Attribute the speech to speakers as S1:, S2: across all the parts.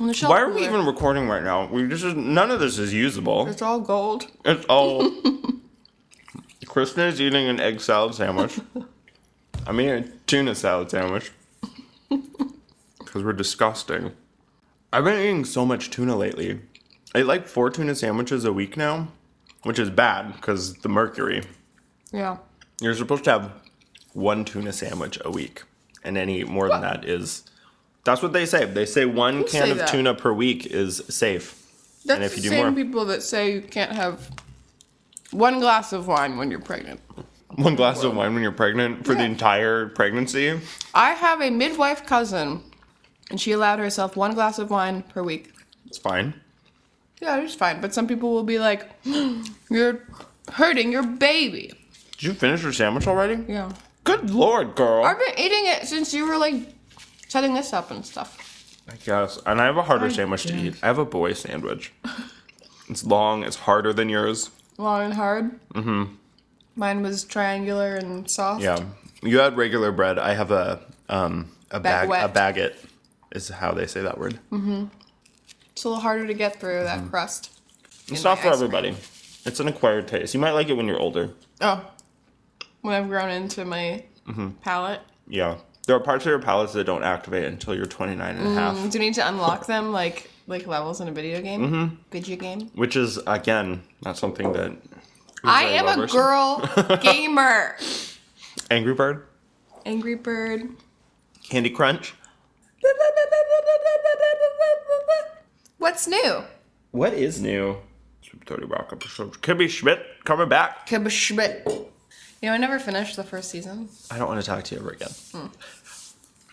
S1: On the shelf
S2: Why are we
S1: cooler.
S2: even recording right now? We this is none of this is usable.
S1: It's all gold.
S2: It's all. Kristen is eating an egg salad sandwich. I'm eating a tuna salad sandwich. Because we're disgusting. I've been eating so much tuna lately. I eat like four tuna sandwiches a week now, which is bad because the mercury.
S1: Yeah.
S2: You're supposed to have one tuna sandwich a week, and any more than that is. That's what they say. They say one can
S1: say
S2: of
S1: that?
S2: tuna per week is safe.
S1: That's
S2: And if you
S1: the
S2: do
S1: same
S2: more-
S1: people that say you can't have one glass of wine when you're pregnant.
S2: One glass of wine when you're pregnant for the
S1: Yeah.
S2: entire pregnancy.
S1: I have a midwife cousin, and she allowed herself one glass of wine per week.
S2: It's fine.
S1: Yeah, it's fine. But some people will be like, "You're hurting your baby."
S2: Did you finish your sandwich already?
S1: Yeah.
S2: Good lord, girl.
S1: I've been eating it since you were like setting this up and stuff.
S2: I guess. And I have a harder sandwich to eat. I have a boy sandwich. it's long, it's harder than yours.
S1: Long and hard. Mm-hmm. Mine was triangular and soft.
S2: Yeah. You had regular bread. I have a um a bag a baguette is how they say that word.
S1: Mm. It's a little harder to get through that crust.
S2: It's
S1: my
S2: not for
S1: ice cream.
S2: everybody. It's an acquired taste. You might like it when you're older.
S1: Oh. When I've grown into my
S2: Mm-hmm.
S1: palate.
S2: Yeah. There are parts of your palates that don't activate until you're 29 and a half.
S1: Do you need to unlock them like like levels in a video game? Mm-hmm. Video game.
S2: which is again not something that
S1: I
S2: very
S1: am
S2: well
S1: a
S2: versed.
S1: girl gamer.
S2: Angry Bird,
S1: Angry Bird.
S2: Candy Crunch.
S1: What's new?
S2: What is new? Super 30 Rock episode. Kimmy Schmidt coming back.
S1: Kibishbit. You know, I never finished the first season.
S2: I don't want to talk to you ever again.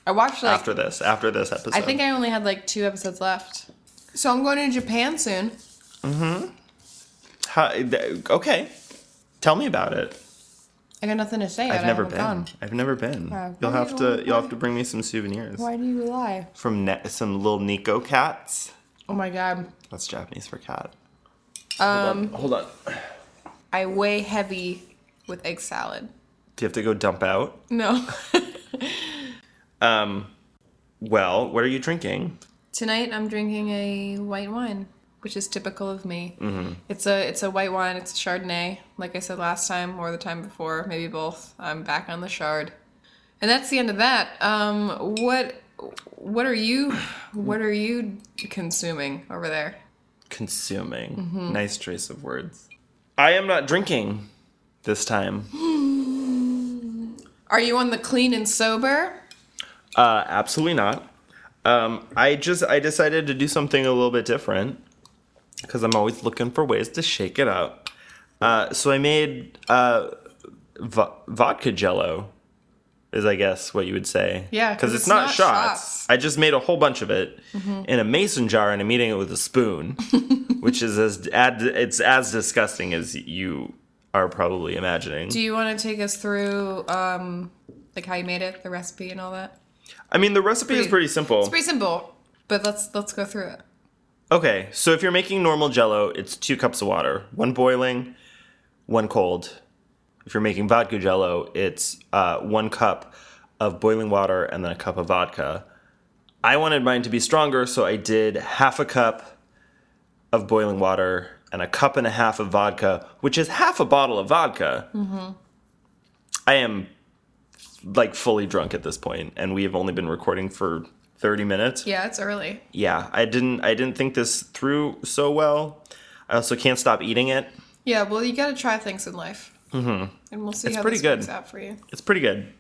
S1: I watched like
S2: After this, after this episode.
S1: Mm. I think I only had like two episodes left. So I'm going to Japan soon.
S2: How- th- okay. Tell me about it.
S1: I got nothing to say. yet.
S2: I've
S1: I
S2: never
S1: haven't
S2: been.
S1: gone.
S2: I've never been.
S1: Uh,
S2: you'll
S1: why
S2: have
S1: do you-
S2: to. You'll have to bring me some souvenirs
S1: Why do you lie?
S2: from ne- some little Nico cats.
S1: Oh my god.
S2: That's Japanese for cat. Um. Hold on. Hold on.
S1: I weigh heavy with egg salad.
S2: Do you have to go dump out?
S1: No.
S2: Um. Well, what are you drinking?
S1: Tonight I'm drinking a white wine, which is typical of me. It's a it's a white wine. It's a Chardonnay. Like I said last time or the time before, maybe both. I'm back on the Chard, and that's the end of that. Um, what what are you what are you consuming over there?
S2: consuming. Nice choice of words. I am not drinking this time.
S1: Are you on the clean and sober?
S2: Uh, absolutely not. Um, I just I decided to do something a little bit different because I'm always looking for ways to shake it up. Uh, so I made uh, vo- vodka Jello, is I guess what you would say.
S1: Yeah,
S2: because it's, not, shots.
S1: shots. Mm-hmm.
S2: I just made a whole bunch of it in a mason jar and I'm eating it with a spoon, which is as ad- it's as disgusting as you are probably imagining.
S1: Do you want to take us through um, like how you made it, the recipe, and all that?
S2: I mean, the recipe is
S1: pretty-
S2: pretty simple.
S1: It's pretty simple, but let's let's go through it.
S2: Okay, so if you're making normal jello, it's two cups of water, one boiling, one cold. If you're making vodka jello, it's uh, one cup of boiling water and then a cup of vodka. I wanted mine to be stronger, so I did half a cup of boiling water and a cup and a half of vodka, which is half a bottle of vodka. Mm-hmm. I am like fully drunk at this point, and we have only been recording for 30 minutes
S1: Yeah, it's early.
S2: yeah i didn't i didn't think this through so well i also can't stop eating it
S1: Yeah, well, you got to try things in life, mm-hmm. and we'll see
S2: It's
S1: how
S2: pretty
S1: this
S2: good.
S1: works out for you.
S2: it's pretty good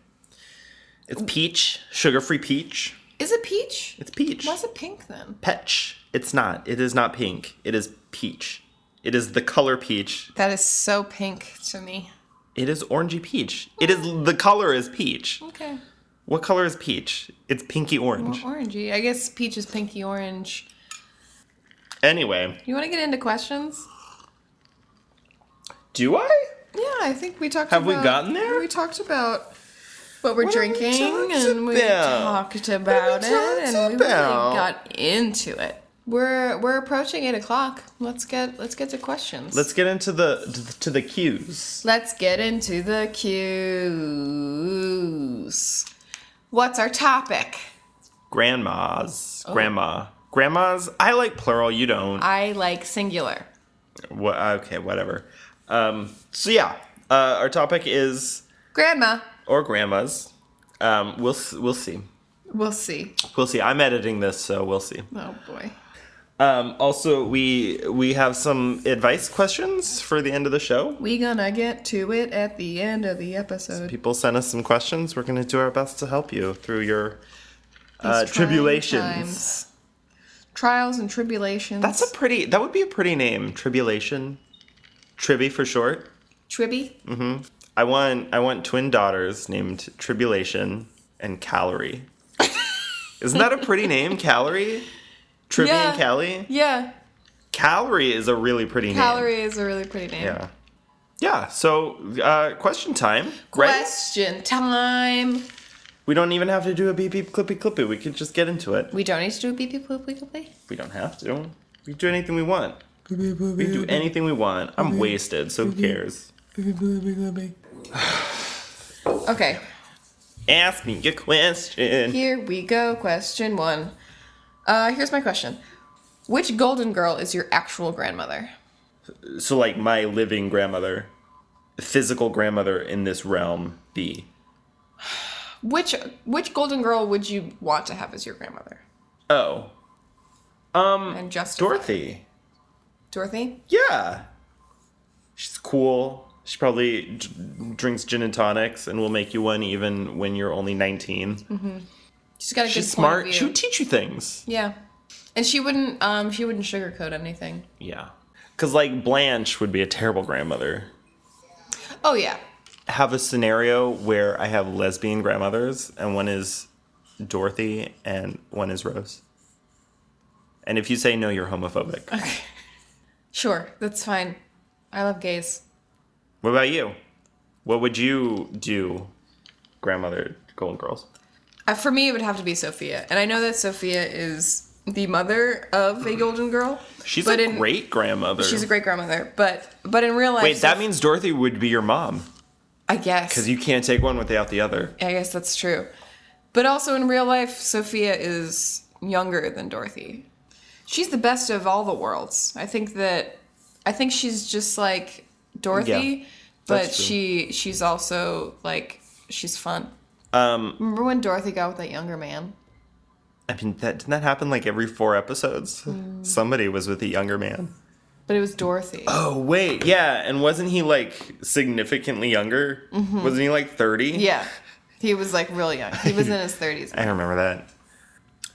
S2: it's peach sugar-free peach
S1: Is it peach?
S2: it's peach
S1: Why is it pink then?
S2: Peach. it's not it is not pink it is peach it is the color peach
S1: That is so pink to me.
S2: it is orangey peach it is the color is peach
S1: Okay,
S2: what color is peach it's pinky orange
S1: orangey. I guess peach is pinky orange.
S2: anyway
S1: You want to get into questions?
S2: do i
S1: Yeah, I think we talked.
S2: Have we
S1: about,
S2: gotten there?
S1: We talked about what we're
S2: What have we
S1: drinking,
S2: talked
S1: and we
S2: about?
S1: talked about
S2: we
S1: it,
S2: talked
S1: and we
S2: about?
S1: really got into it. We're we're approaching eight o'clock. Let's get let's get to questions.
S2: let's get into the to the- to the cues
S1: Let's get into the cues. What's our topic?
S2: grandmas grandma Grandmas, I like plural. You don't.
S1: I like singular.
S2: Wha- okay, whatever. Um, so yeah, uh, our topic is
S1: Grandma.
S2: or grandmas. Um, we'll s- we'll see.
S1: We'll see.
S2: We'll see. I'm editing this, so we'll see.
S1: Oh boy.
S2: Um, also, we we have some advice questions for the end of the show.
S1: We gonna get to it at the end of the episode.
S2: People send us some questions. We're going to do our best to help you through your uh,
S1: These trying
S2: tribulations.
S1: times. Trials and tribulations.
S2: That's a pretty. That would be a pretty name. Tribulation, Tribby for short.
S1: tribby.
S2: I want. I want twin daughters named Tribulation and Calorie. Isn't that a pretty name, Calorie? Tribby
S1: Yeah.
S2: and Callie.
S1: Yeah.
S2: Calorie is a really pretty name.
S1: Calorie is a really pretty name.
S2: Yeah. Yeah. So, uh, question time. Right?
S1: Question time.
S2: We don't even have to do a beep beep clippy clippy. We could just get into it.
S1: We don't need to do a beep beep boop boop boop.
S2: We don't have to. We can do anything we want. We can do anything we want. I'm wasted, so who cares?
S1: Okay.
S2: Ask me your question.
S1: Here we go. Question one. Uh, here's my question. Which golden girl is your actual grandmother?
S2: So, like, my living grandmother, physical grandmother in this realm, B.
S1: Which which golden girl would you want to have as your grandmother?
S2: Oh,
S1: And just
S2: Hmm. Dorothy.
S1: Dorothy?
S2: Yeah. She's cool. She probably d- drinks gin and tonics and will make you one even when you're only 19.
S1: She's got a good
S2: She's
S1: point of
S2: smart.
S1: view.
S2: She would teach you things.
S1: Yeah. And she wouldn't um she wouldn't sugarcoat anything.
S2: Yeah. Because, like, Blanche would be a terrible grandmother.
S1: Oh yeah.
S2: have a scenario where I have lesbian grandmothers, and one is Dorothy and one is Rose. And if you say no, you're homophobic.
S1: Okay. Sure, that's fine. I love gays.
S2: What about you? What would you do, grandmother Golden Girls?
S1: Uh, for me it would have to be Sophia. And I know that Sophia is the mother of
S2: Hmm.
S1: a golden girl.
S2: She's
S1: but
S2: a
S1: in-
S2: great grandmother.
S1: She's a great grandmother, but but in real life
S2: Wait, that
S1: Soph-
S2: means Dorothy would be your mom
S1: I guess
S2: because you can't take one without the other.
S1: I guess that's true. But also in real life, Sophia is younger than Dorothy. She's the best of all the worlds. I think that I think she's just like Dorothy,
S2: Yeah,
S1: but
S2: that's true.
S1: she she's also like she's fun.
S2: Um,
S1: Remember when Dorothy got with that younger man?
S2: I mean, that didn't that happen like every four episodes?
S1: Mm.
S2: Somebody was with a younger man.
S1: But it was Dorothy.
S2: Oh wait, yeah, and wasn't he like significantly younger?
S1: Mm-hmm.
S2: Wasn't he like thirty?
S1: Yeah. He was like really young. He was in his 30s.
S2: I remember that.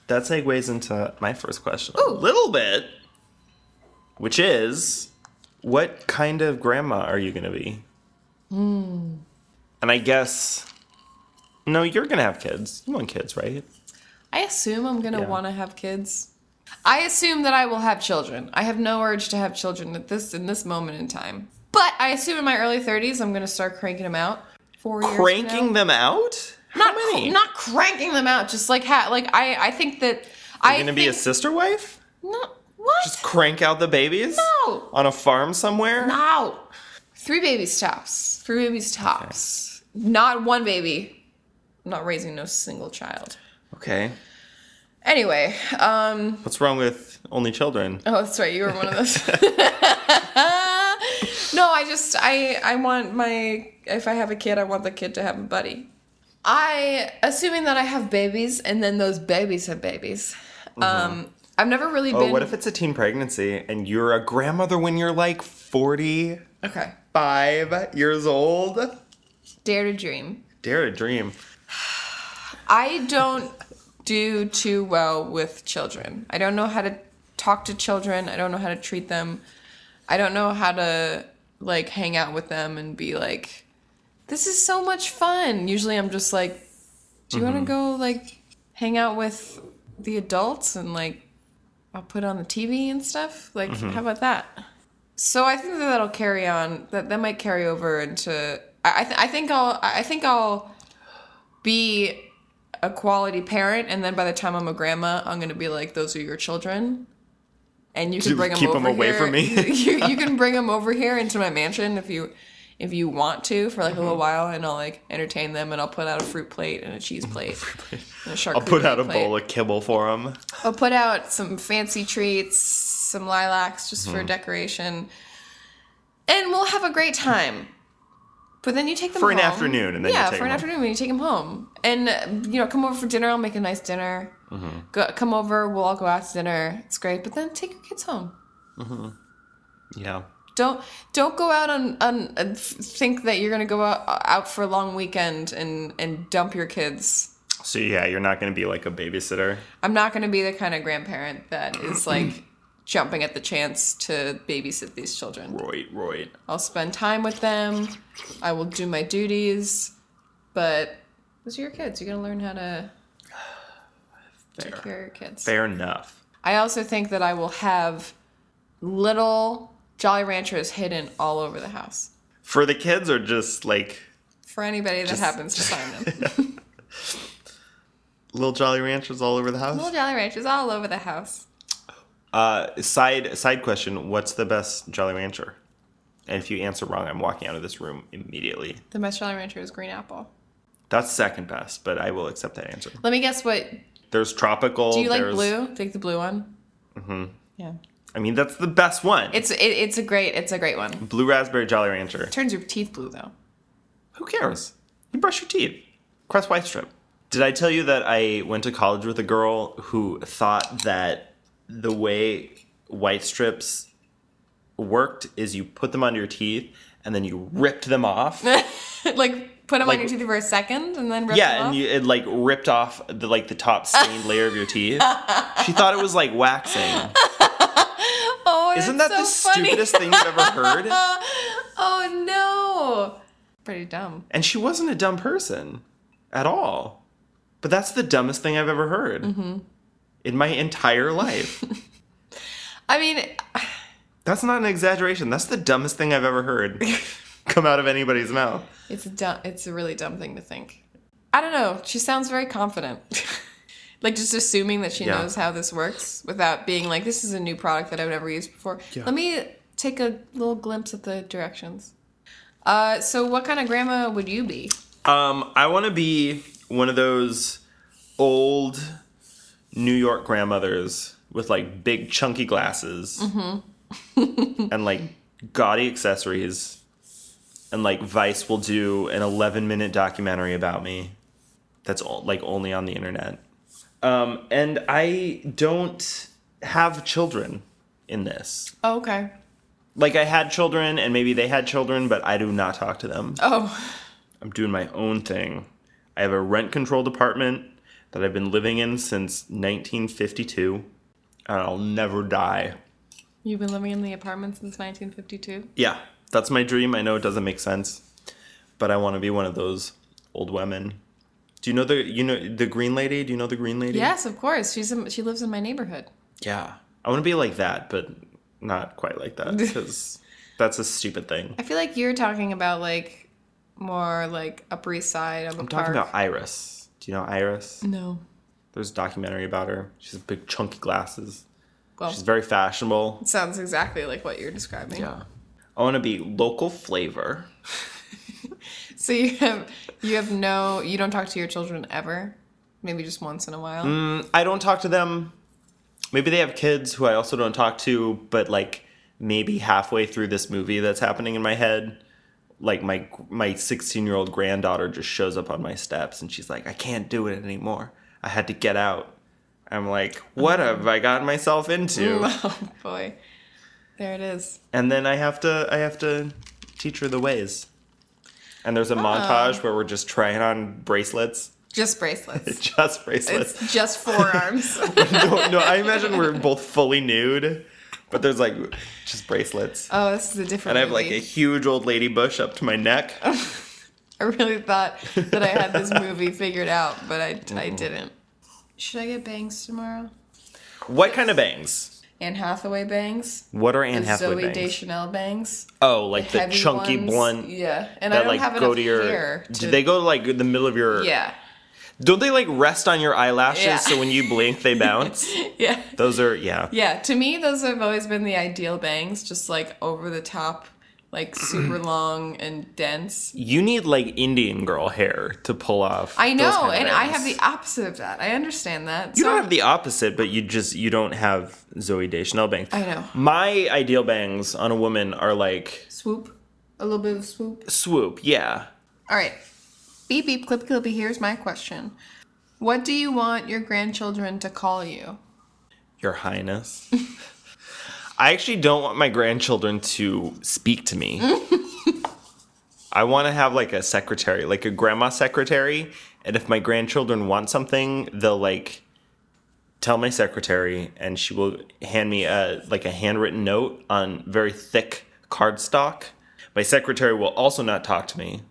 S2: That segues into my first question a little bit, which is, what kind of grandma are you gonna be?
S1: Hmm.
S2: And I guess, no, you're gonna have kids. You want kids, right?
S1: I assume I'm gonna
S2: Yeah.
S1: want to have kids. I assume that I will have children. I have no urge to have children at this in this moment in time. But I assume in my early 30s I'm gonna start cranking them out. Four years from
S2: Cranking
S1: now.
S2: them out?
S1: not
S2: How many?
S1: cr- not cranking them out. Just like ha- like I I think that
S2: You're
S1: I
S2: gonna
S1: think,
S2: be a sister wife?
S1: no what
S2: Just crank out the babies?
S1: No.
S2: On a farm somewhere?
S1: no three babies tops three babies tops not one baby. I'm not raising no single child.
S2: Okay.
S1: Anyway, um.
S2: What's wrong with only children?
S1: Oh, that's right. You were one of those. no, I just I I want my if I have a kid, I want the kid to have a buddy. I assuming that I have babies and then those babies have babies. Um I've never really
S2: Mm-hmm. Oh,
S1: been
S2: what if it's a teen pregnancy and you're a grandmother when you're like 40?
S1: Okay.
S2: five years old.
S1: Dare to dream.
S2: Dare to dream.
S1: I don't do too well with children. I don't know how to talk to children. I don't know how to treat them. I don't know how to like hang out with them and be like, this is so much fun. Usually I'm just like, do you want to go like hang out with the adults and like I'll put on the TV and stuff? Like,
S2: Mm-hmm.
S1: how about that? So I think that that'll carry on. That that might carry over into. I I, th- I think I'll I think I'll be a quality parent, and then by the time I'm a grandma, I'm gonna be like, those are your children, and you can
S2: Do-
S1: bring them
S2: keep
S1: over
S2: 'em away
S1: here.
S2: from me?
S1: you, you can bring them over here into my mansion if you if you want to for like a
S2: Mm-hmm.
S1: little while, and I'll like entertain them, and I'll put out a fruit plate and a cheese plate, and a charcuterie
S2: I'll put out a
S1: plate.
S2: bowl of kibble for them.
S1: I'll put out some fancy treats, some lilacs just
S2: Mm-hmm.
S1: for decoration, and we'll have a great time. But then you take them
S2: For an
S1: home.
S2: afternoon, and then you
S1: yeah,
S2: take
S1: for an
S2: them home.
S1: afternoon, and you take them home, and uh, you know, come over for dinner. I'll make a nice dinner.
S2: Mm-hmm.
S1: Go, come over, we'll all go out to dinner. It's great, but then take your kids home.
S2: Yeah.
S1: Don't don't go out on on uh, f- think that you're gonna go out, out for a long weekend and and dump your kids.
S2: So yeah, you're not going to be like a babysitter.
S1: I'm not going to be the kind of grandparent that is like jumping at the chance to babysit these children.
S2: Roy, Roy.
S1: I'll spend time with them. I will do my duties, but those are your kids. You're going to learn how to take care of your kids.
S2: Fair enough.
S1: I also think that I will have little Jolly Ranchers hidden all over the house
S2: For the kids, or just like
S1: for anybody that happens to find them.
S2: little Jolly Ranchers all over the
S1: little
S2: house.
S1: Jolly Ranchers all over the house.
S2: Uh, side side question: What's the best Jolly Rancher? And if you answer wrong, I'm walking out of this room immediately.
S1: The best Jolly Rancher is green apple.
S2: That's second best, but I will accept that answer.
S1: Let me guess what.
S2: There's tropical.
S1: Do you like
S2: there's-
S1: blue? Take the blue one. Mm-hmm. Yeah.
S2: I mean, that's the best one.
S1: It's it, it's a great it's a great one.
S2: blue raspberry Jolly Rancher.
S1: Turns your teeth blue though.
S2: Who cares? You brush your teeth. Crest white strip. Did I tell you that I went to college with a girl who thought that the way white strips worked is you put them onto your teeth and then you ripped them off?
S1: like put them
S2: Like-
S1: on your teeth for a second and then rip them
S2: yeah,
S1: off.
S2: and you, it like ripped off the like the top stained layer of your teeth. She thought it was like waxing.
S1: oh, that's
S2: Isn't that
S1: so
S2: the
S1: funny.
S2: stupidest thing you've ever heard?
S1: oh no. Pretty dumb.
S2: And she wasn't a dumb person at all. But that's the dumbest thing I've ever heard in my entire life.
S1: I mean,
S2: that's not an exaggeration. That's the dumbest thing I've ever heard come out of anybody's mouth.
S1: it's a dumb it's a really dumb thing to think. I don't know. She sounds very confident. like just assuming that she
S2: Yeah.
S1: knows how this works without being like this is a new product that I've never used before. Let me take a little glimpse at the directions. Uh, so what kind of grandma would you be?
S2: Um, I want to be one of those old New York grandmothers with like big chunky glasses and like gaudy accessories. And like Vice will do an 11 minute documentary about me that's all, like only on the internet. Um, and I don't have children in this.
S1: Oh, okay.
S2: Like I had children and maybe they had children, but I do not talk to them.
S1: Oh.
S2: I'm doing my own thing. I have a rent controlled apartment that I've been living in since 1952, and I'll never die.
S1: You've been living in the apartment since 1952.
S2: Yeah, that's my dream. I know it doesn't make sense, but I want to be one of those old women. Do you know the you know the green lady? Do you know the green lady?
S1: Yes, of course. She's in, she lives in my neighborhood.
S2: Yeah. I want to be like that, but not quite like that because that's a stupid thing.
S1: I feel like you're talking about like more like Upper East Side of the
S2: I'm
S1: park.
S2: talking about Iris. Do you know Iris?
S1: no.
S2: There's a documentary about her. She's has big chunky glasses.
S1: Well,
S2: She's very fashionable.
S1: it sounds exactly like what you're describing.
S2: Yeah. I want to be local flavor.
S1: So you have you have no you don't talk to your children ever. Maybe just once in a while.
S2: Mm, I don't talk to them. Maybe they have kids who I also don't talk to, but like maybe halfway through this movie that's happening in my head, like my my 16-year-old granddaughter just shows up on my steps and she's like, "I can't do it anymore. I had to get out." I'm like, "What have I gotten myself into?"
S1: Oh boy. There it is.
S2: and then I have to I have to teach her the ways. And there's a montage where we're just trying on bracelets,
S1: Just bracelets.
S2: just bracelets.
S1: it's just forearms.
S2: no, no, I imagine we're both fully nude, but there's like just bracelets.
S1: oh, this is a different
S2: and I have like
S1: movie.
S2: a huge old lady bush up to my neck.
S1: I really thought that I had this movie figured out, but I, I didn't. Should I get bangs tomorrow?
S2: What kind of bangs?
S1: Anne Hathaway bangs.
S2: What are Anne
S1: and
S2: Hathaway
S1: Zoe
S2: bangs?
S1: Deschanel bangs.
S2: oh, like the,
S1: heavy
S2: chunky
S1: ones.
S2: blonde
S1: Yeah, and I
S2: that
S1: don't
S2: like
S1: have
S2: go
S1: enough
S2: to your.
S1: hair.
S2: Do
S1: to-
S2: they go to like the middle of your?
S1: Yeah,
S2: Don't they like rest on your eyelashes
S1: Yeah.
S2: so when you blink they bounce?
S1: yeah,
S2: Those are yeah.
S1: yeah. To me, those have always been the ideal bangs, just like over the top, like super long and dense.
S2: You need like Indian girl hair to pull off.
S1: I
S2: those
S1: know,
S2: kind of
S1: and I
S2: bangs.
S1: have the opposite of that. I understand that.
S2: You
S1: so
S2: don't have the opposite, but you just you don't have Zoe Deschanel bangs.
S1: I know.
S2: My ideal bangs on a woman are like
S1: swoop, a little bit of swoop.
S2: swoop. Yeah.
S1: All right, beep beep clippy clippy. Here's my question: What do you want your grandchildren to call you?
S2: Your Highness. I actually don't want my grandchildren to speak to me. I want to have like a secretary, like a grandma secretary. And if my grandchildren want something, they'll like tell my secretary and she will hand me a like a handwritten note on very thick cardstock. My secretary will also not talk to me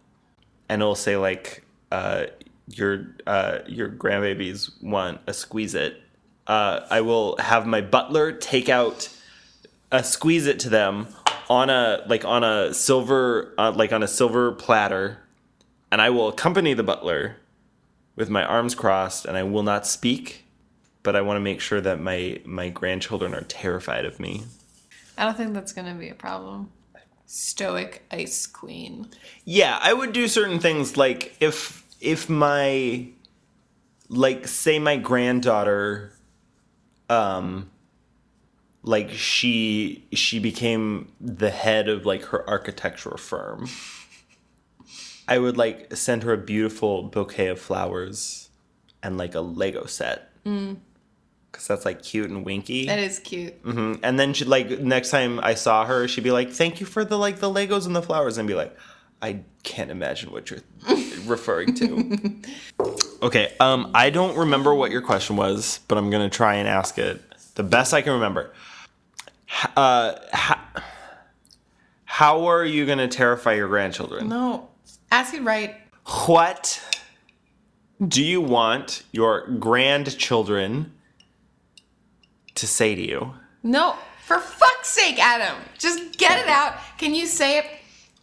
S2: and it'll say like uh, your uh, your grandbabies want a squeeze it. Uh, I will have my butler take out a squeeze it to them on a like on a silver uh, like on a silver platter, and I will accompany the butler with my arms crossed, and I will not speak. But I want to make sure that my my grandchildren are terrified of me.
S1: I don't think that's gonna be a problem. Stoic ice queen.
S2: Yeah, I would do certain things like if if my like say my granddaughter um like she she became the head of like her architectural firm. I would like send her a beautiful bouquet of flowers and like a Lego set. Cuz that's like cute and winky.
S1: That is cute.
S2: Mhm. And then she like next time I saw her, she'd be like, "Thank you for the like the Legos and the flowers," and be like, "I can't imagine what you're referring to." okay, um, I don't remember what your question was, but I'm gonna try and ask it the best I can remember. H- Uh, ho- how are you gonna terrify your grandchildren?
S1: No, ask it right.
S2: What do you want your grandchildren to say to you?
S1: No, for fuck's sake, Adam. Just get it out. Can you say it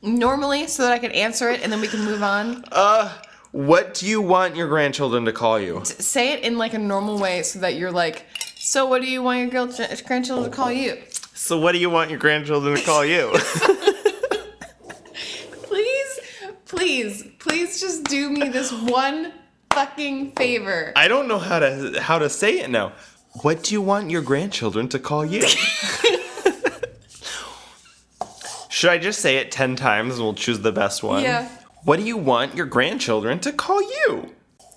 S1: normally so that I can answer it and then we can move on?
S2: Uh, what do you want your grandchildren to call you?
S1: Say it in like a normal way so that you're like, so what do you want your girl- grandchildren to call you?
S2: So, what do you want your grandchildren to call you?
S1: Please, please, please just do me this one fucking favor.
S2: I don't know how to how to say it now. What do you want your grandchildren to call you? Should I just say it 10 times and we'll choose the best one?
S1: Yeah.
S2: What do you want your grandchildren to call you?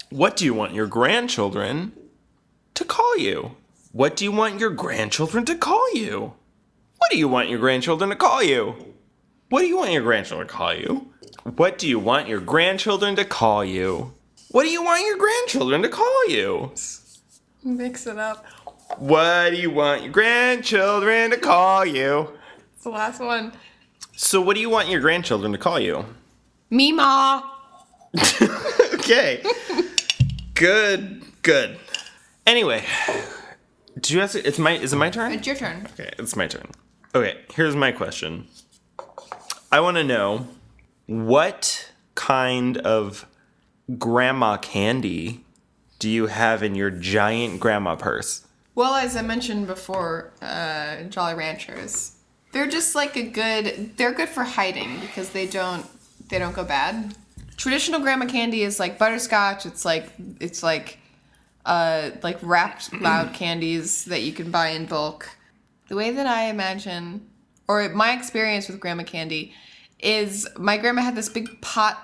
S2: What do you want your grandchildren to call you? What do you want your grandchildren to call you? What do you want your grandchildren to call you? What do you want your grandchildren to call you? What do you want your grandchildren to call you? What do you want your grandchildren to call you?
S1: Mix it up.
S2: What do you want your grandchildren to call you?
S1: It's the last one.
S2: So, what do you want your grandchildren to call you?
S1: Meemaw.
S2: Okay. good. Good. Anyway, do you ask? It's my. Is it my turn?
S1: It's your turn.
S2: Okay, it's my turn. Okay, here's my question. I want to know what kind of grandma candy do you have in your giant grandma purse?
S1: Well, as I mentioned before, uh, Jolly Ranchers, they're just like a good. They're good for hiding because they don't they don't go bad. Traditional grandma candy is like butterscotch. It's like it's like uh, like wrapped loud candies that you can buy in bulk. The way that I imagine, or my experience with grandma candy, is my grandma had this big pot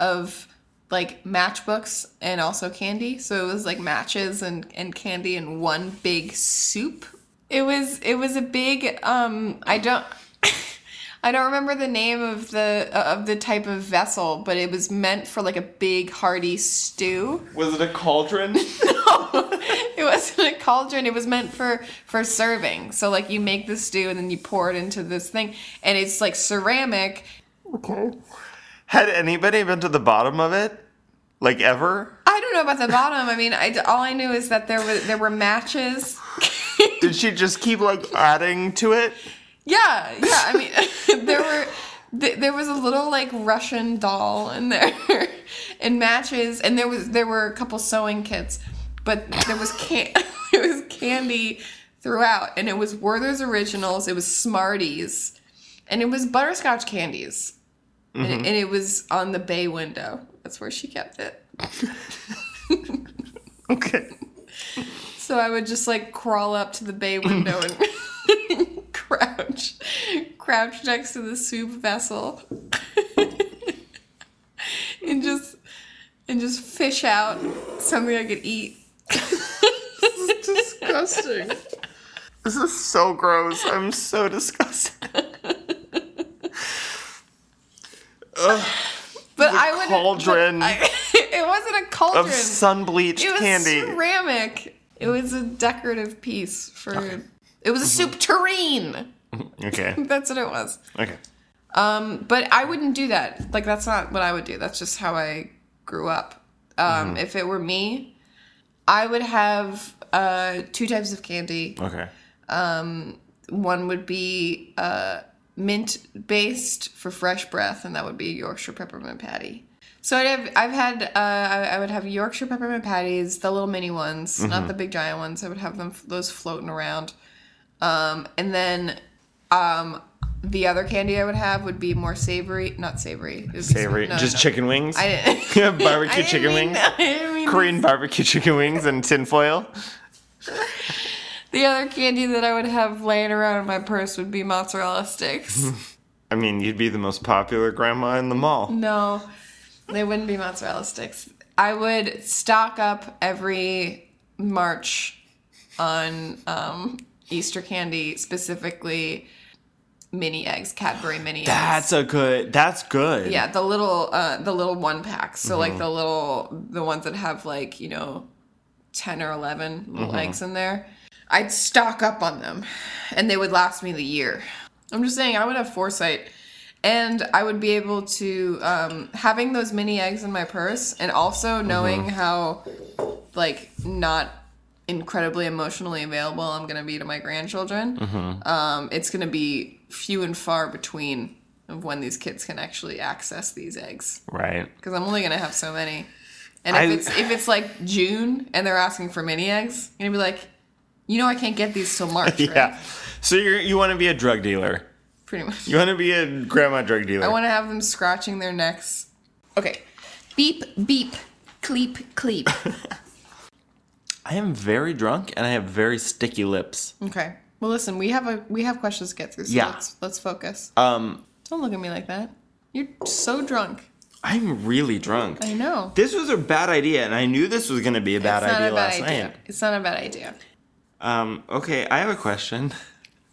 S1: of like matchbooks and also candy. So it was like matches and, and candy in one big soup. It was it was a big um I don't I don't remember the name of the uh, of the type of vessel, but it was meant for like a big hearty stew.
S2: Was it a cauldron?
S1: it wasn't a cauldron. It was meant for for serving. So like you make the stew and then you pour it into this thing, and it's like ceramic.
S2: Had anybody been to the bottom of it? Like ever?
S1: I don't know about the bottom. I mean, I, all I knew is that there were there were matches.
S2: Did she just keep like adding to it?
S1: Yeah, yeah. I mean, there were th- there was a little like Russian doll in there, and matches, and there was there were a couple sewing kits, but there was can there was candy throughout, and it was Werther's Originals, it was Smarties, and it was butterscotch candies, and, it, and it was on the bay window. That's where she kept it.
S2: Okay.
S1: So I would just like crawl up to the bay window and crouch, crouch next to the soup vessel, and just and just fish out something I could eat.
S2: disgusting. This is so gross. I'm so disgusted.
S1: But I would
S2: cauldron.
S1: it wasn't a cauldron.
S2: Of sun bleached
S1: it was
S2: candy.
S1: ceramic. It was a decorative piece for. It was a
S2: Mm-hmm.
S1: soup tureen.
S2: okay.
S1: That's what it was.
S2: Okay.
S1: Um, but I wouldn't do that. Like that's not what I would do. That's just how I grew up. Um, If it were me, I would have uh, two types of candy.
S2: Okay.
S1: One would be uh, mint based for fresh breath, and that would be Yorkshire peppermint patty. So I'd have, I've had uh, I, I would have Yorkshire peppermint patties, the little mini ones,
S2: Mm-hmm.
S1: not the big giant ones. I would have them those floating around, um, and then um, the other candy I would have would be more savory, not savory, It would be some-
S2: Savory.
S1: no, no,
S2: Just
S1: no.
S2: chicken wings?
S1: I didn't. I
S2: barbecue
S1: didn't
S2: chicken
S1: mean
S2: wings?
S1: that. I didn't mean
S2: Korean barbecue chicken wings and tinfoil?
S1: the other candy that I would have laying around in my purse would be mozzarella sticks.
S2: I mean, you'd be the most popular grandma in the mall.
S1: No, they wouldn't be mozzarella sticks. I would stock up every March on um, Easter candy, specifically mini eggs, Cadbury mini eggs.
S2: That's a good. That's good.
S1: Yeah, the little uh, the little one packs. So like the little the ones that have like you know ten or eleven little eggs in there. I'd stock up on them, and they would last me the year. I'm just saying I would have foresight, and I would be able to um, having those mini eggs in my purse, and also knowing how like not incredibly emotionally available I'm gonna be to my grandchildren. Um, it's gonna be few and far between of when these kids can actually access these eggs
S2: Right.
S1: because I'm only gonna have so many. And if
S2: I-
S1: it's if it's like June and they're asking for mini eggs, I'm gonna be like, you know, I can't get these till March, right?
S2: Yeah. So you you want to be a drug dealer?
S1: Pretty much.
S2: You want to be a grandma drug dealer?
S1: I want to have them scratching their necks. Okay. Beep beep, cleep cleep.
S2: I am very drunk and I have very sticky lips.
S1: okay. Well, listen, we have a we have questions to get through. So
S2: Yeah.
S1: Let's, let's focus.
S2: Um,
S1: Don't look at me like that. You're so drunk.
S2: I'm really drunk.
S1: I know.
S2: This was a bad idea, and I knew this was going to be a bad
S1: it's not
S2: idea
S1: a
S2: last
S1: bad idea.
S2: night.
S1: It's not a bad idea.
S2: Um, okay, I have a question.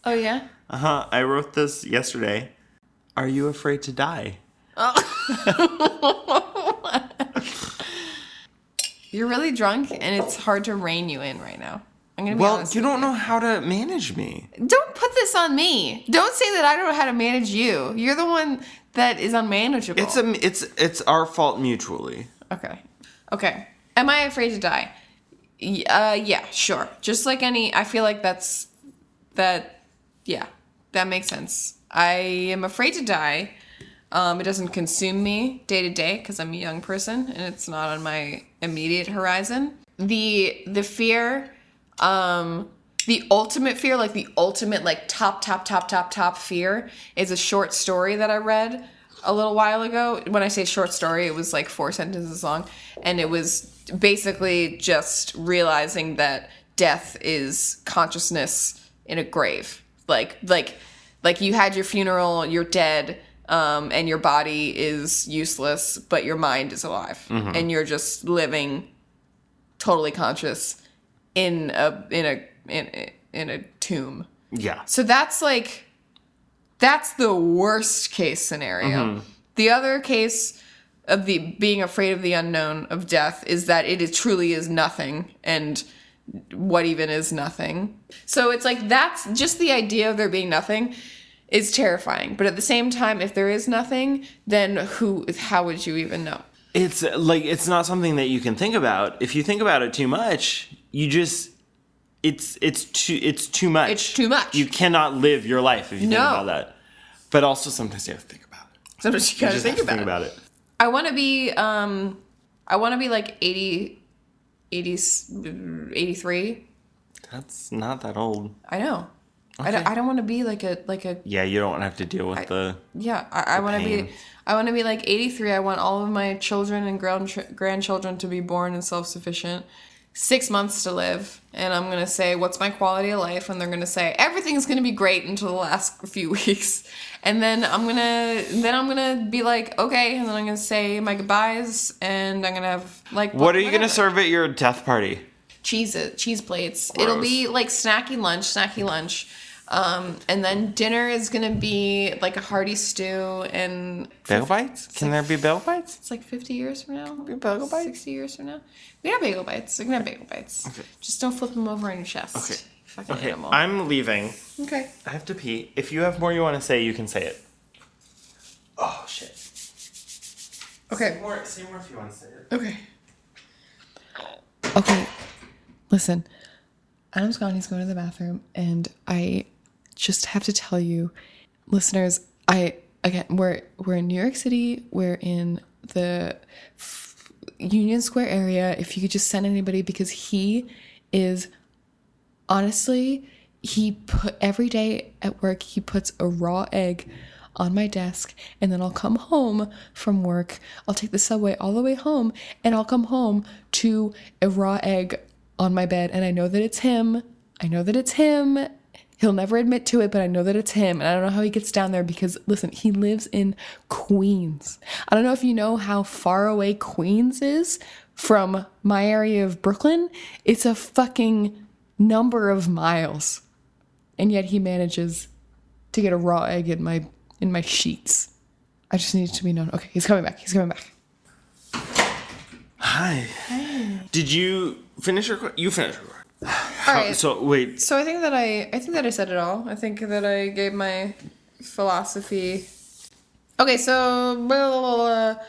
S1: Oh yeah.
S2: Uh huh. I wrote this yesterday. Are you afraid to die?
S1: You're really drunk, and it's hard to rein you in right now. I'm gonna be
S2: Well,
S1: honest
S2: you
S1: with
S2: don't know how to manage me.
S1: Don't put this on me. Don't say that I don't know how to manage you. You're the one that is unmanageable.
S2: It's a, it's it's our fault mutually.
S1: okay. Okay. Am I afraid to die? Y- Uh, yeah, sure. Just like any, I feel like that's that. Yeah, that makes sense. I am afraid to die. Um, it doesn't consume me day to day because I'm a young person and it's not on my immediate horizon. The the fear um the ultimate fear like the ultimate like top top top top top fear is a short story that i read a little while ago when i say short story it was like four sentences long and it was basically just realizing that death is consciousness in a grave like like like you had your funeral you're dead um, and your body is useless but your mind is alive and you're just living totally conscious in a in a in in a tomb.
S2: Yeah.
S1: So that's like that's the worst case scenario. The other case of the being afraid of the unknown of death is that it is truly is nothing and what even is nothing. So it's like that's just the idea of there being nothing is terrifying. But at the same time if there is nothing, then who how would you even know?
S2: It's uh, like it's not something that you can think about. If you think about it too much, you just it's it's too it's too much.
S1: It's too much.
S2: You cannot live your life if you think
S1: No.
S2: about that. But also sometimes you have to think about it. You
S1: Sometimes you gotta
S2: just
S1: think,
S2: have to
S1: about, it.
S2: about it.
S1: I want to be um I want to be like 80 80 83.
S2: That's not that old.
S1: I know. I don't, I don't want to be like a like a
S2: Yeah, you don't have to deal with the.
S1: yeah. I, I want to
S2: pain.
S1: be I want to be like 83. I want all of my children and grand grandchildren to be born and self sufficient. Six months to live, and I'm gonna say, "What's my quality of life?" And they're gonna say, "Everything's gonna be great until the last few weeks," and then I'm gonna then I'm gonna be like, "Okay," and then I'm gonna say my goodbyes, and I'm gonna have like
S2: What are you
S1: whatever
S2: gonna serve at your death party?
S1: cheeses, cheese plates. It'll be like snacky lunch, snacky lunch. Um, and then dinner is gonna be like a hearty stew, and
S2: Bagel bites? Can there be bagel bites?
S1: it's like 50 years from now.
S2: bagel bites?
S1: 60 years from now. We have bagel bites. We can have bagel bites. Just don't flip them over on your chest.
S2: Okay.
S1: You Fucking
S2: Okay,
S1: animal.
S2: I'm leaving.
S1: okay.
S2: I have to pee. If you have more you want to say, you can say it. Oh shit.
S1: Okay.
S2: more. Say more if you want to say it.
S1: Okay. Okay. Listen, Adam's gone. He's going to the bathroom, and I just have to tell you, listeners. I again, we're we're in New York City. We're in the f- Union Square area. If you could just send anybody, because he is honestly, he put every day at work, he puts a raw egg on my desk, and then I'll come home from work. I'll take the subway all the way home, and I'll come home to a raw egg on my bed. And I know that it's him. I know that it's him. He'll never admit to it, but I know that it's him. And I don't know how he gets down there because, listen, he lives in Queens. I don't know if you know how far away Queens is from my area of Brooklyn. It's a fucking number of miles and yet he manages to get a raw egg in my in my sheets i just need it to be known okay he's coming back he's coming back
S2: Hi. Did you finish your? qu- You finished. Your,
S1: all
S2: qu- so wait.
S1: so i think that i i think that i said it all i think that i gave my philosophy okay so blah, blah, blah, blah.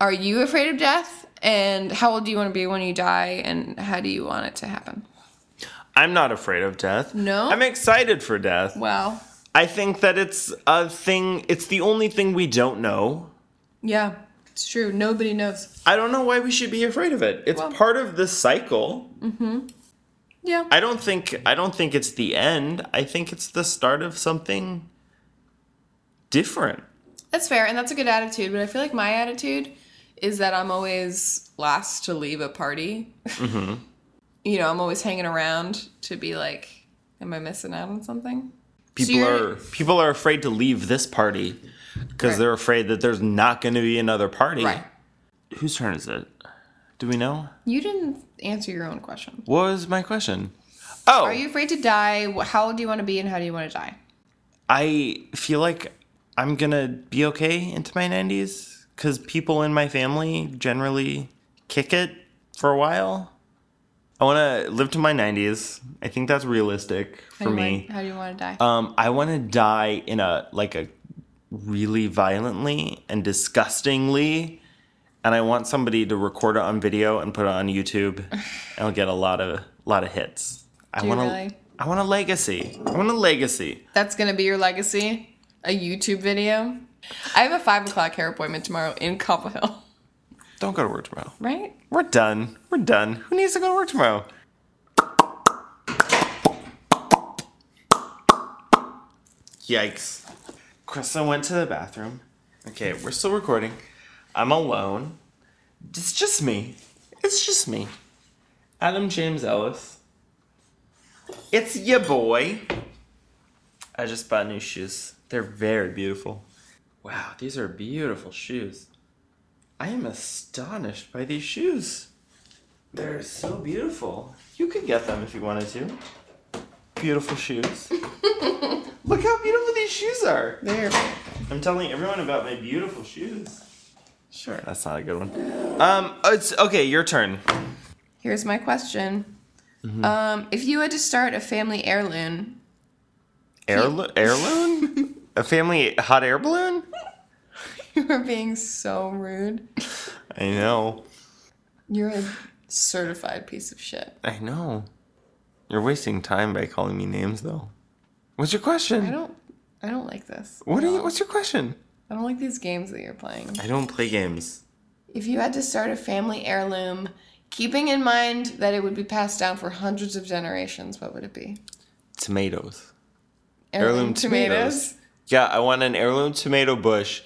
S1: are you afraid of death and how old do you want to be when you die and how do you want it to happen
S2: I'm not afraid of death.
S1: No?
S2: I'm excited for death.
S1: well
S2: I think that it's a thing. It's the only thing we don't know.
S1: yeah it's true nobody knows
S2: I don't know why we should be afraid of it. It's
S1: Well-
S2: part of the cycle.
S1: yeah
S2: I don't think I don't think it's the end. I think it's the start of something different.
S1: That's fair, and that's a good attitude. But I feel like my attitude is that I'm always last to leave a party. Mm-hmm. you know, I'm always hanging around to be like, am I missing out on something?
S2: People
S1: you're-
S2: are people are afraid to leave this party because
S1: Right.
S2: they're afraid that there's not going to be another party.
S1: Right.
S2: Whose turn is it? Do we know?
S1: You didn't answer your own question.
S2: What was my question? Oh,
S1: Are you afraid to die? Wh- How old do you want to be, and how do you want to die?
S2: I feel like I'm going to be okay into my 90s cuz people in my family generally kick it for a while. I want to live to my 90s. I think that's realistic
S1: How
S2: for
S1: do you
S2: me.
S1: want- how do you want to die?
S2: Um, I want to die in a like a really violently and disgustingly, and I want somebody to record it on video and put it on YouTube, and I'll get a lot of lot of hits. I
S1: you
S2: want to.
S1: really?
S2: I want a legacy. I want a legacy.
S1: That's gonna be your legacy. A YouTube video. I have a five o'clock hair appointment tomorrow in Cobble Hill.
S2: Don't go to work tomorrow.
S1: Right?
S2: We're done. We're done. Who needs to go to work tomorrow? Yikes. Krista went to the bathroom. Okay, we're still recording. I'm alone. It's just me. It's just me. Adam James Ellis. It's your boy. I just bought new shoes. They're very beautiful. Wow, these are beautiful shoes. I am astonished by these shoes. They're so beautiful. You could get them if you wanted to. Beautiful shoes. Look how beautiful these shoes are.
S1: There.
S2: I'm telling everyone about my beautiful shoes.
S1: Sure.
S2: That's not a good one. Um, it's okay. Your turn.
S1: Here's my question.
S2: Mm-hmm.
S1: Um, if you had to start a family heirloom,
S2: Air heirloom? a family hot air balloon?
S1: you are being so rude.
S2: I know.
S1: You're a certified piece of shit.
S2: I know. You're wasting time by calling me names, though. What's your question?
S1: I don't I don't like this.
S2: What are you? What's your question?
S1: I don't like these games that you're playing.
S2: I don't play games.
S1: If you had to start a family heirloom, keeping in mind that it would be passed down for hundreds of generations, what would it be?
S2: Tomatoes.
S1: Heirloom,
S2: Yeah, I want an heirloom tomato bush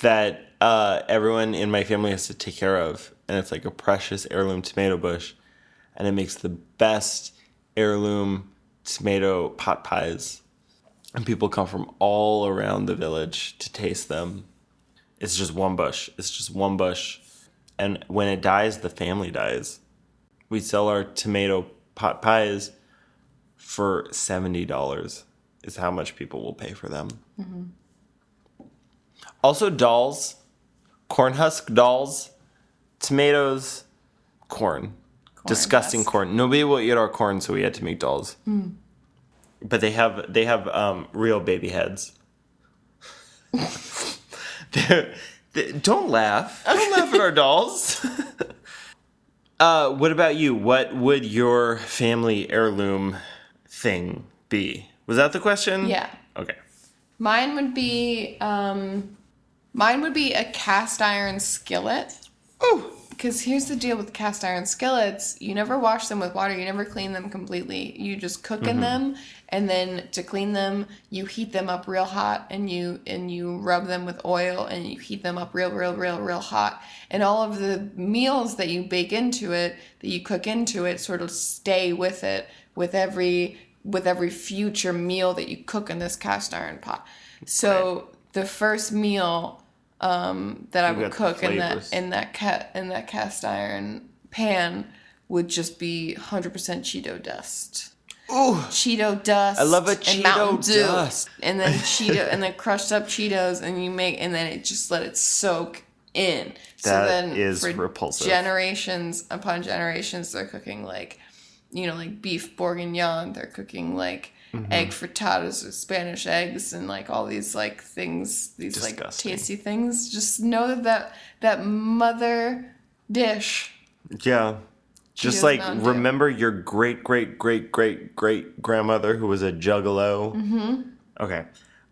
S2: that uh, everyone in my family has to take care of, and it's like a precious heirloom tomato bush, and it makes the best heirloom tomato pot pies, and people come from all around the village to taste them. It's just one bush. It's just one bush, and when it dies, the family dies. We sell our tomato pot pies for seventy dollars is how much people will pay for them. Also, dolls, corn husk dolls, tomatoes, corn, disgusting
S1: husk. Hmm.
S2: corn. Nobody will eat our corn, so we had to make dolls. But they have they have um, real baby heads. They're- they- don't laugh. Don't laugh at our dolls. Uh, what about you? What would your family heirloom thing be? Was that the question?
S1: Yeah.
S2: Okay.
S1: Mine would be um, mine would be a cast iron skillet.
S2: Oh,
S1: Because here's the deal with cast iron skillets you never wash them with water, you never clean them completely. You just cook in them, and then to clean them, you heat them up real hot and you and you rub them with oil and you heat them up real, real, real, real hot. And all of the meals that you bake into it, that you cook into it, sort of stay with it with every with every future meal that you cook in this cast iron pot. So the first meal um, that I would
S2: got the
S1: cook in that
S2: flavors.
S1: in that cat in that cast iron pan would just be 100% Cheeto dust.
S2: Ooh.
S1: Cheeto dust. I
S2: love a Cheeto
S1: and Mountain Dew,
S2: dust.
S1: And then Cheeto and then crushed up Cheetos and you make and then it just let it soak in. so
S2: That
S1: then
S2: is repulsive.
S1: Generations upon generations they're cooking like you know, like beef bourguignon. They're cooking like egg frittatas with Spanish eggs and like all these like things, these
S2: Disgusting.
S1: like tasty things. Just know that that, that mother dish.
S2: Yeah. Just
S1: does
S2: like
S1: not do.
S2: remember your great great great great great grandmother who was a juggalo. Mm-hmm. Okay.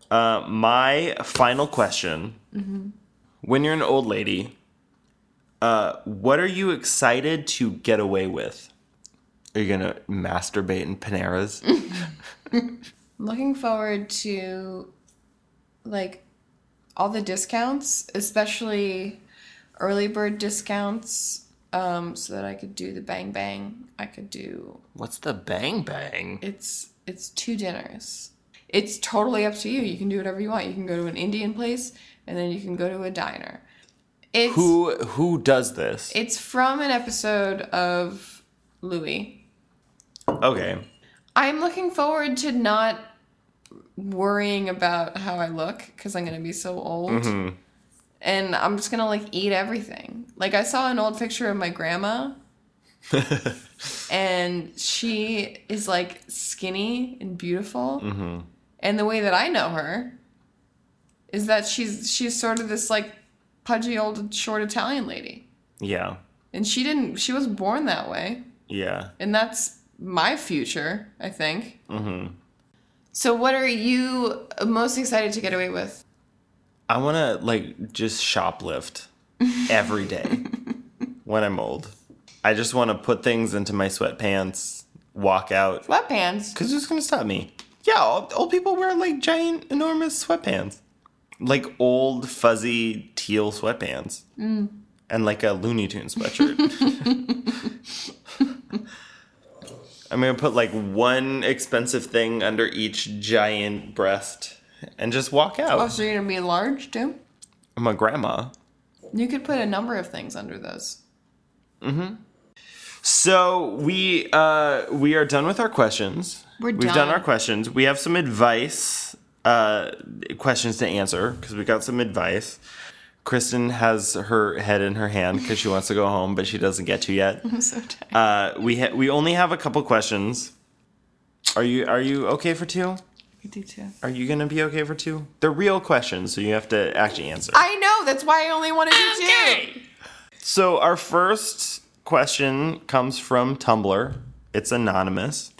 S2: Uh, my final question: Mm-hmm. When you're an old lady, uh, what are you excited to get away with? Are you gonna masturbate in Panera's?
S1: I'm looking forward to like all the discounts, especially early bird discounts. Um, so that I could do the bang bang. I could do
S2: What's the bang bang?
S1: It's it's two dinners. It's totally up to you. You can do whatever you want. You can go to an Indian place and then you can go to a diner. It's
S2: Who who does this?
S1: it's from an episode of Louis.
S2: Okay.
S1: I'm looking forward to not worrying about how I look because I'm gonna be so old. And I'm just gonna like eat everything. Like I saw an old picture of my grandma, and she is like skinny and beautiful. And the way that I know her is that she's she's sort of this like pudgy old short Italian lady,
S2: Yeah.
S1: and she didn't she was born that way
S2: Yeah.
S1: and that's my future, I think. Mm-hmm. So, what are you most excited to get away with?
S2: I want to like just shoplift every day when I'm old. I just want to put things into my sweatpants, walk out.
S1: Sweatpants.
S2: Cause who's gonna stop me? Yeah, old, old people wear like giant, enormous sweatpants, like old fuzzy teal sweatpants, and like a Looney Tunes sweatshirt. I'm gonna put like one expensive thing under each giant breast and just walk out.
S1: Oh, so you're gonna be large too?
S2: I'm a grandma.
S1: You could put a number of things under those.
S2: So we uh, we are done with our questions.
S1: We're
S2: We've done
S1: done.
S2: our questions. We have some advice uh, questions to answer because we got some advice. Kristen has her head in her hand because she wants to go home, but she doesn't get to yet.
S1: I'm so tired.
S2: Uh, we ha- we only have a couple questions. Are you are you okay for two?
S1: I do too.
S2: Are you gonna be okay for two? They're real questions, so you have to actually answer.
S1: I know. That's why I only wanted to do two.
S2: So our first question comes from Tumblr. It's anonymous.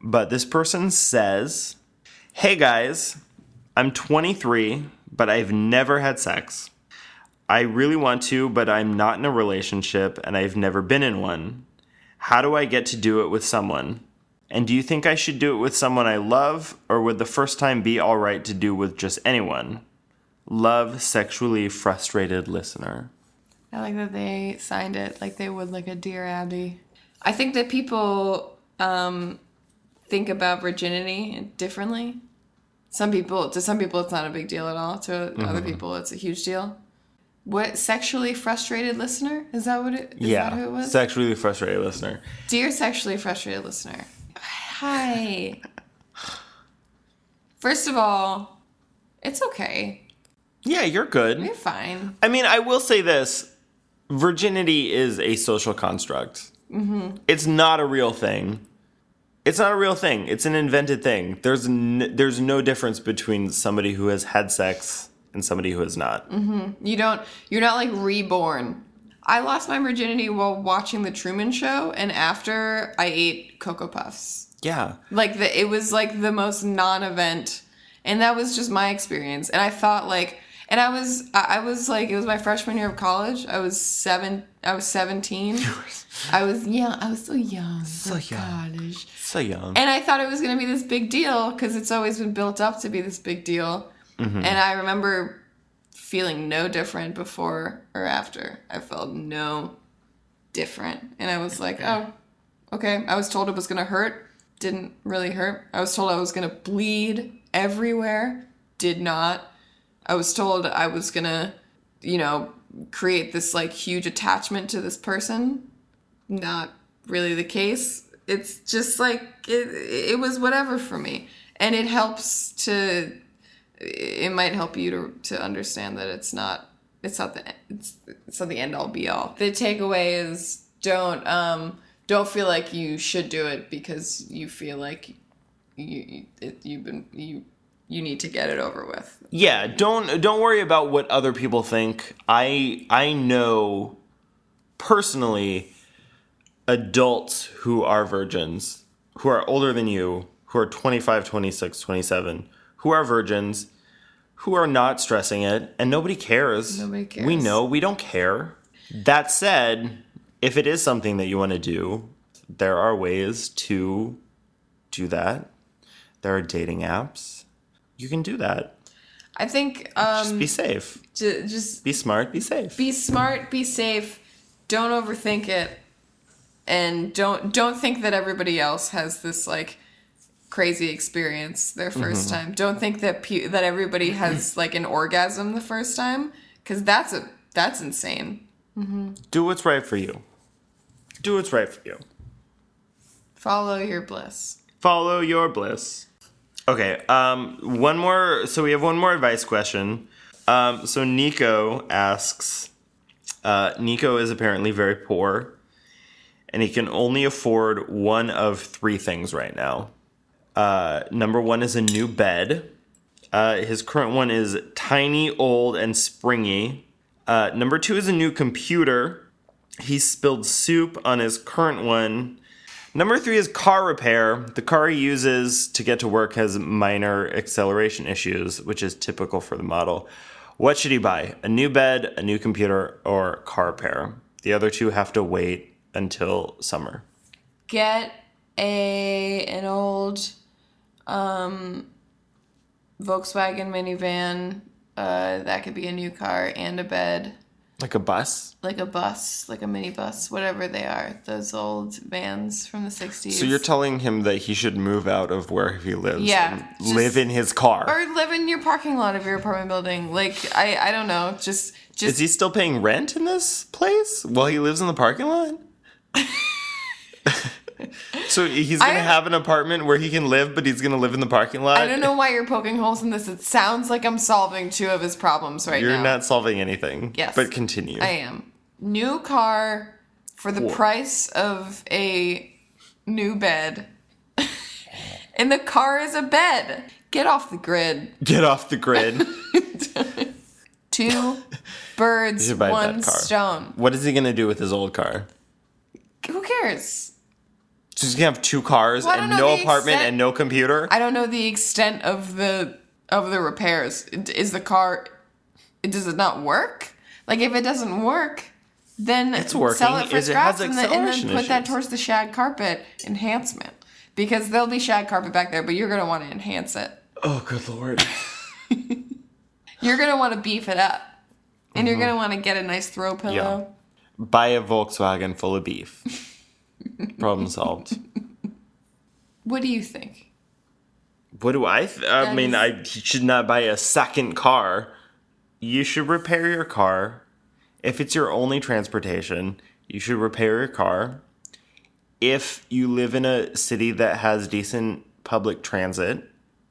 S2: But this person says, Hey guys, I'm 23, but I've never had sex. I really want to, but I'm not in a relationship and I've never been in one. How do I get to do it with someone? And do you think I should do it with someone I love, or would the first time be all right to do with just anyone? Love sexually frustrated listener.
S1: I like that they signed it like they would like a Dear Abby. I think that people um, think about virginity differently. Some people, to some people, it's not a big deal at all. To other people, it's a huge deal. What sexually frustrated listener? Is that what it? Is that who it was?
S2: sexually frustrated listener.
S1: Dear sexually frustrated listener, hi. First of all, it's okay.
S2: Yeah, you're good.
S1: You're fine.
S2: I mean, I will say this virginity is a social construct. It's not a real thing. It's not a real thing. It's an invented thing. There's n- there's no difference between somebody who has had sex and somebody who has not.
S1: You don't. You're not like reborn. I lost my virginity while watching the Truman Show, and after I ate Cocoa Puffs.
S2: Yeah.
S1: Like the, it was like the most non-event, and that was just my experience. And I thought like, and I was, I I was like, it was my freshman year of college. I was seven. I was seventeen. I was young. I was so young. Oh, So
S2: young.
S1: College.
S2: So young.
S1: And I thought it was going to be this big deal because it's always been built up to be this big deal. And I remember feeling no different before or after. I felt no different. And I was like, oh, okay. I was told it was going to hurt. Didn't really hurt. I was told I was going to bleed everywhere. Did not. I was told I was going to, you know, create this like huge attachment to this person not really the case. It's just like it, it was whatever for me. And it helps to it might help you to to understand that it's not it's not the it's, it's not the end all be all. The takeaway is don't um don't feel like you should do it because you feel like you, you it, you've been you you need to get it over with.
S2: yeah, don't don't worry about what other people think. I I know personally adults who are virgins, who are older than you, who are 25, 26, 27, who are virgins, who are not stressing it, and nobody cares.
S1: Nobody cares.
S2: We know we don't care. That said, if it is something that you want to do, there are ways to do that. There are dating apps. You can do that.
S1: I think um
S2: Just be safe.
S1: ju- just
S2: Be smart. Be safe.
S1: be smart be safe don't overthink it and don't don't think that everybody else has this like crazy experience their 1st time don't think that pe- that everybody has like an orgasm the first time because that's a that's insane
S2: do what's right for you. Do what's right for you.
S1: follow your bliss
S2: Follow your bliss. Okay. Um. One more. So we have one more advice question. Um. So Nico asks. Uh, Nico is apparently very poor, and he can only afford one of three things right now. Uh, number one is a new bed. Uh, his current one is tiny, old, and springy. Uh, number two is a new computer. He spilled soup on his current one. Number three is car repair. The car he uses to get to work has minor acceleration issues, which is typical for the model. What should he buy? A new bed, a new computer, or car repair? The other two have to wait until summer.
S1: get a an old um volkswagen minivan uh that could be a new car and a bed
S2: Like a bus?
S1: like a bus, like a mini bus, whatever they are, those old vans from the 60s.
S2: So you're telling him that he should move out of where he lives
S1: Yeah,
S2: and
S1: just-
S2: live in his car.
S1: or live in your parking lot of your apartment building. Like I I don't know, just
S2: Is
S1: just
S2: he still paying rent in this place while he lives in the parking lot? so he's gonna
S1: I-
S2: have an apartment where he can live, but he's gonna live in the parking lot.
S1: I don't know why you're poking holes in this. It sounds like I'm solving two of his problems right
S2: You're
S1: now.
S2: not solving anything.
S1: Yes.
S2: But continue.
S1: I am. New car for the
S2: Whoa.
S1: price of a new bed. and the car is a bed. Get off the grid.
S2: Get off the grid.
S1: Two birds,
S2: should buy
S1: one
S2: that car.
S1: stone.
S2: what is he gonna do with his old car?
S1: Who cares?
S2: So he's gonna have two cars
S1: Well, I
S2: and
S1: don't know
S2: no
S1: the
S2: apartment
S1: extent-
S2: and no computer.
S1: I don't know the extent of the of the repairs. Is the car? Does it not work? Like if it doesn't work, then
S2: It's working.
S1: sell it for
S2: Is it has
S1: scraps and, then- and then
S2: acceleration
S1: put that
S2: issues.
S1: towards the shag carpet enhancement. because there'll be shag carpet back there, but you're gonna want to enhance it.
S2: Oh, good lord.
S1: You're gonna want to beef it up, and you're gonna want to get a nice throw
S2: Mm-hmm. Yeah.
S1: pillow.
S2: Buy a Volkswagen full of beef. Problem solved.
S1: What do you think?
S2: What do I? Th- I
S1: That
S2: mean,
S1: is-
S2: I you should not buy a second car. You should repair your car. If it's your only transportation, you should repair your car. If you live in a city that has decent public transit,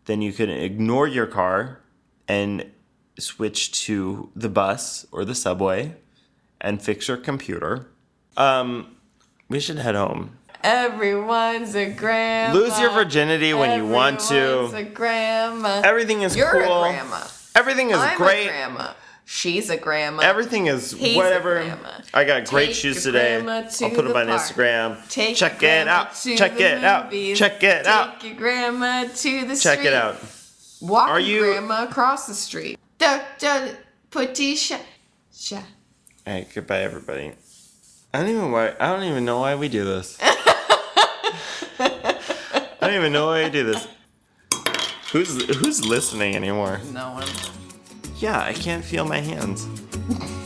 S2: then you can ignore your car and switch to the bus or the subway and fix your computer. Um, we should head home.
S1: Everyone's a grandma.
S2: Lose your virginity when you want
S1: Everyone's
S2: to.
S1: A grandma.
S2: Everything is
S1: You're
S2: cool.
S1: a grandma.
S2: Everything is
S1: I'm
S2: great.
S1: a grandma. She's a grandma.
S2: Everything is
S1: He's a
S2: whatever.
S1: grandma.
S2: I got great
S1: Take
S2: shoes
S1: your
S2: today.
S1: grandma to
S2: I'll put them
S1: the
S2: on
S1: park.
S2: Instagram.
S1: Take
S2: Check
S1: your
S2: it
S1: grandma
S2: out.
S1: to
S2: Check
S1: the
S2: it out.
S1: movies.
S2: Check it out.
S1: Take your grandma to the street.
S2: Check it out.
S1: Walk
S2: Are
S1: your
S2: you-
S1: grandma across the street. Da, da, Patisha. Sha.
S2: All right, goodbye, everybody. I don't even why. I don't even know why we do this. I don't even know why I do this. Who's who's listening anymore?
S1: No one.
S2: Yeah, I can't feel my hands.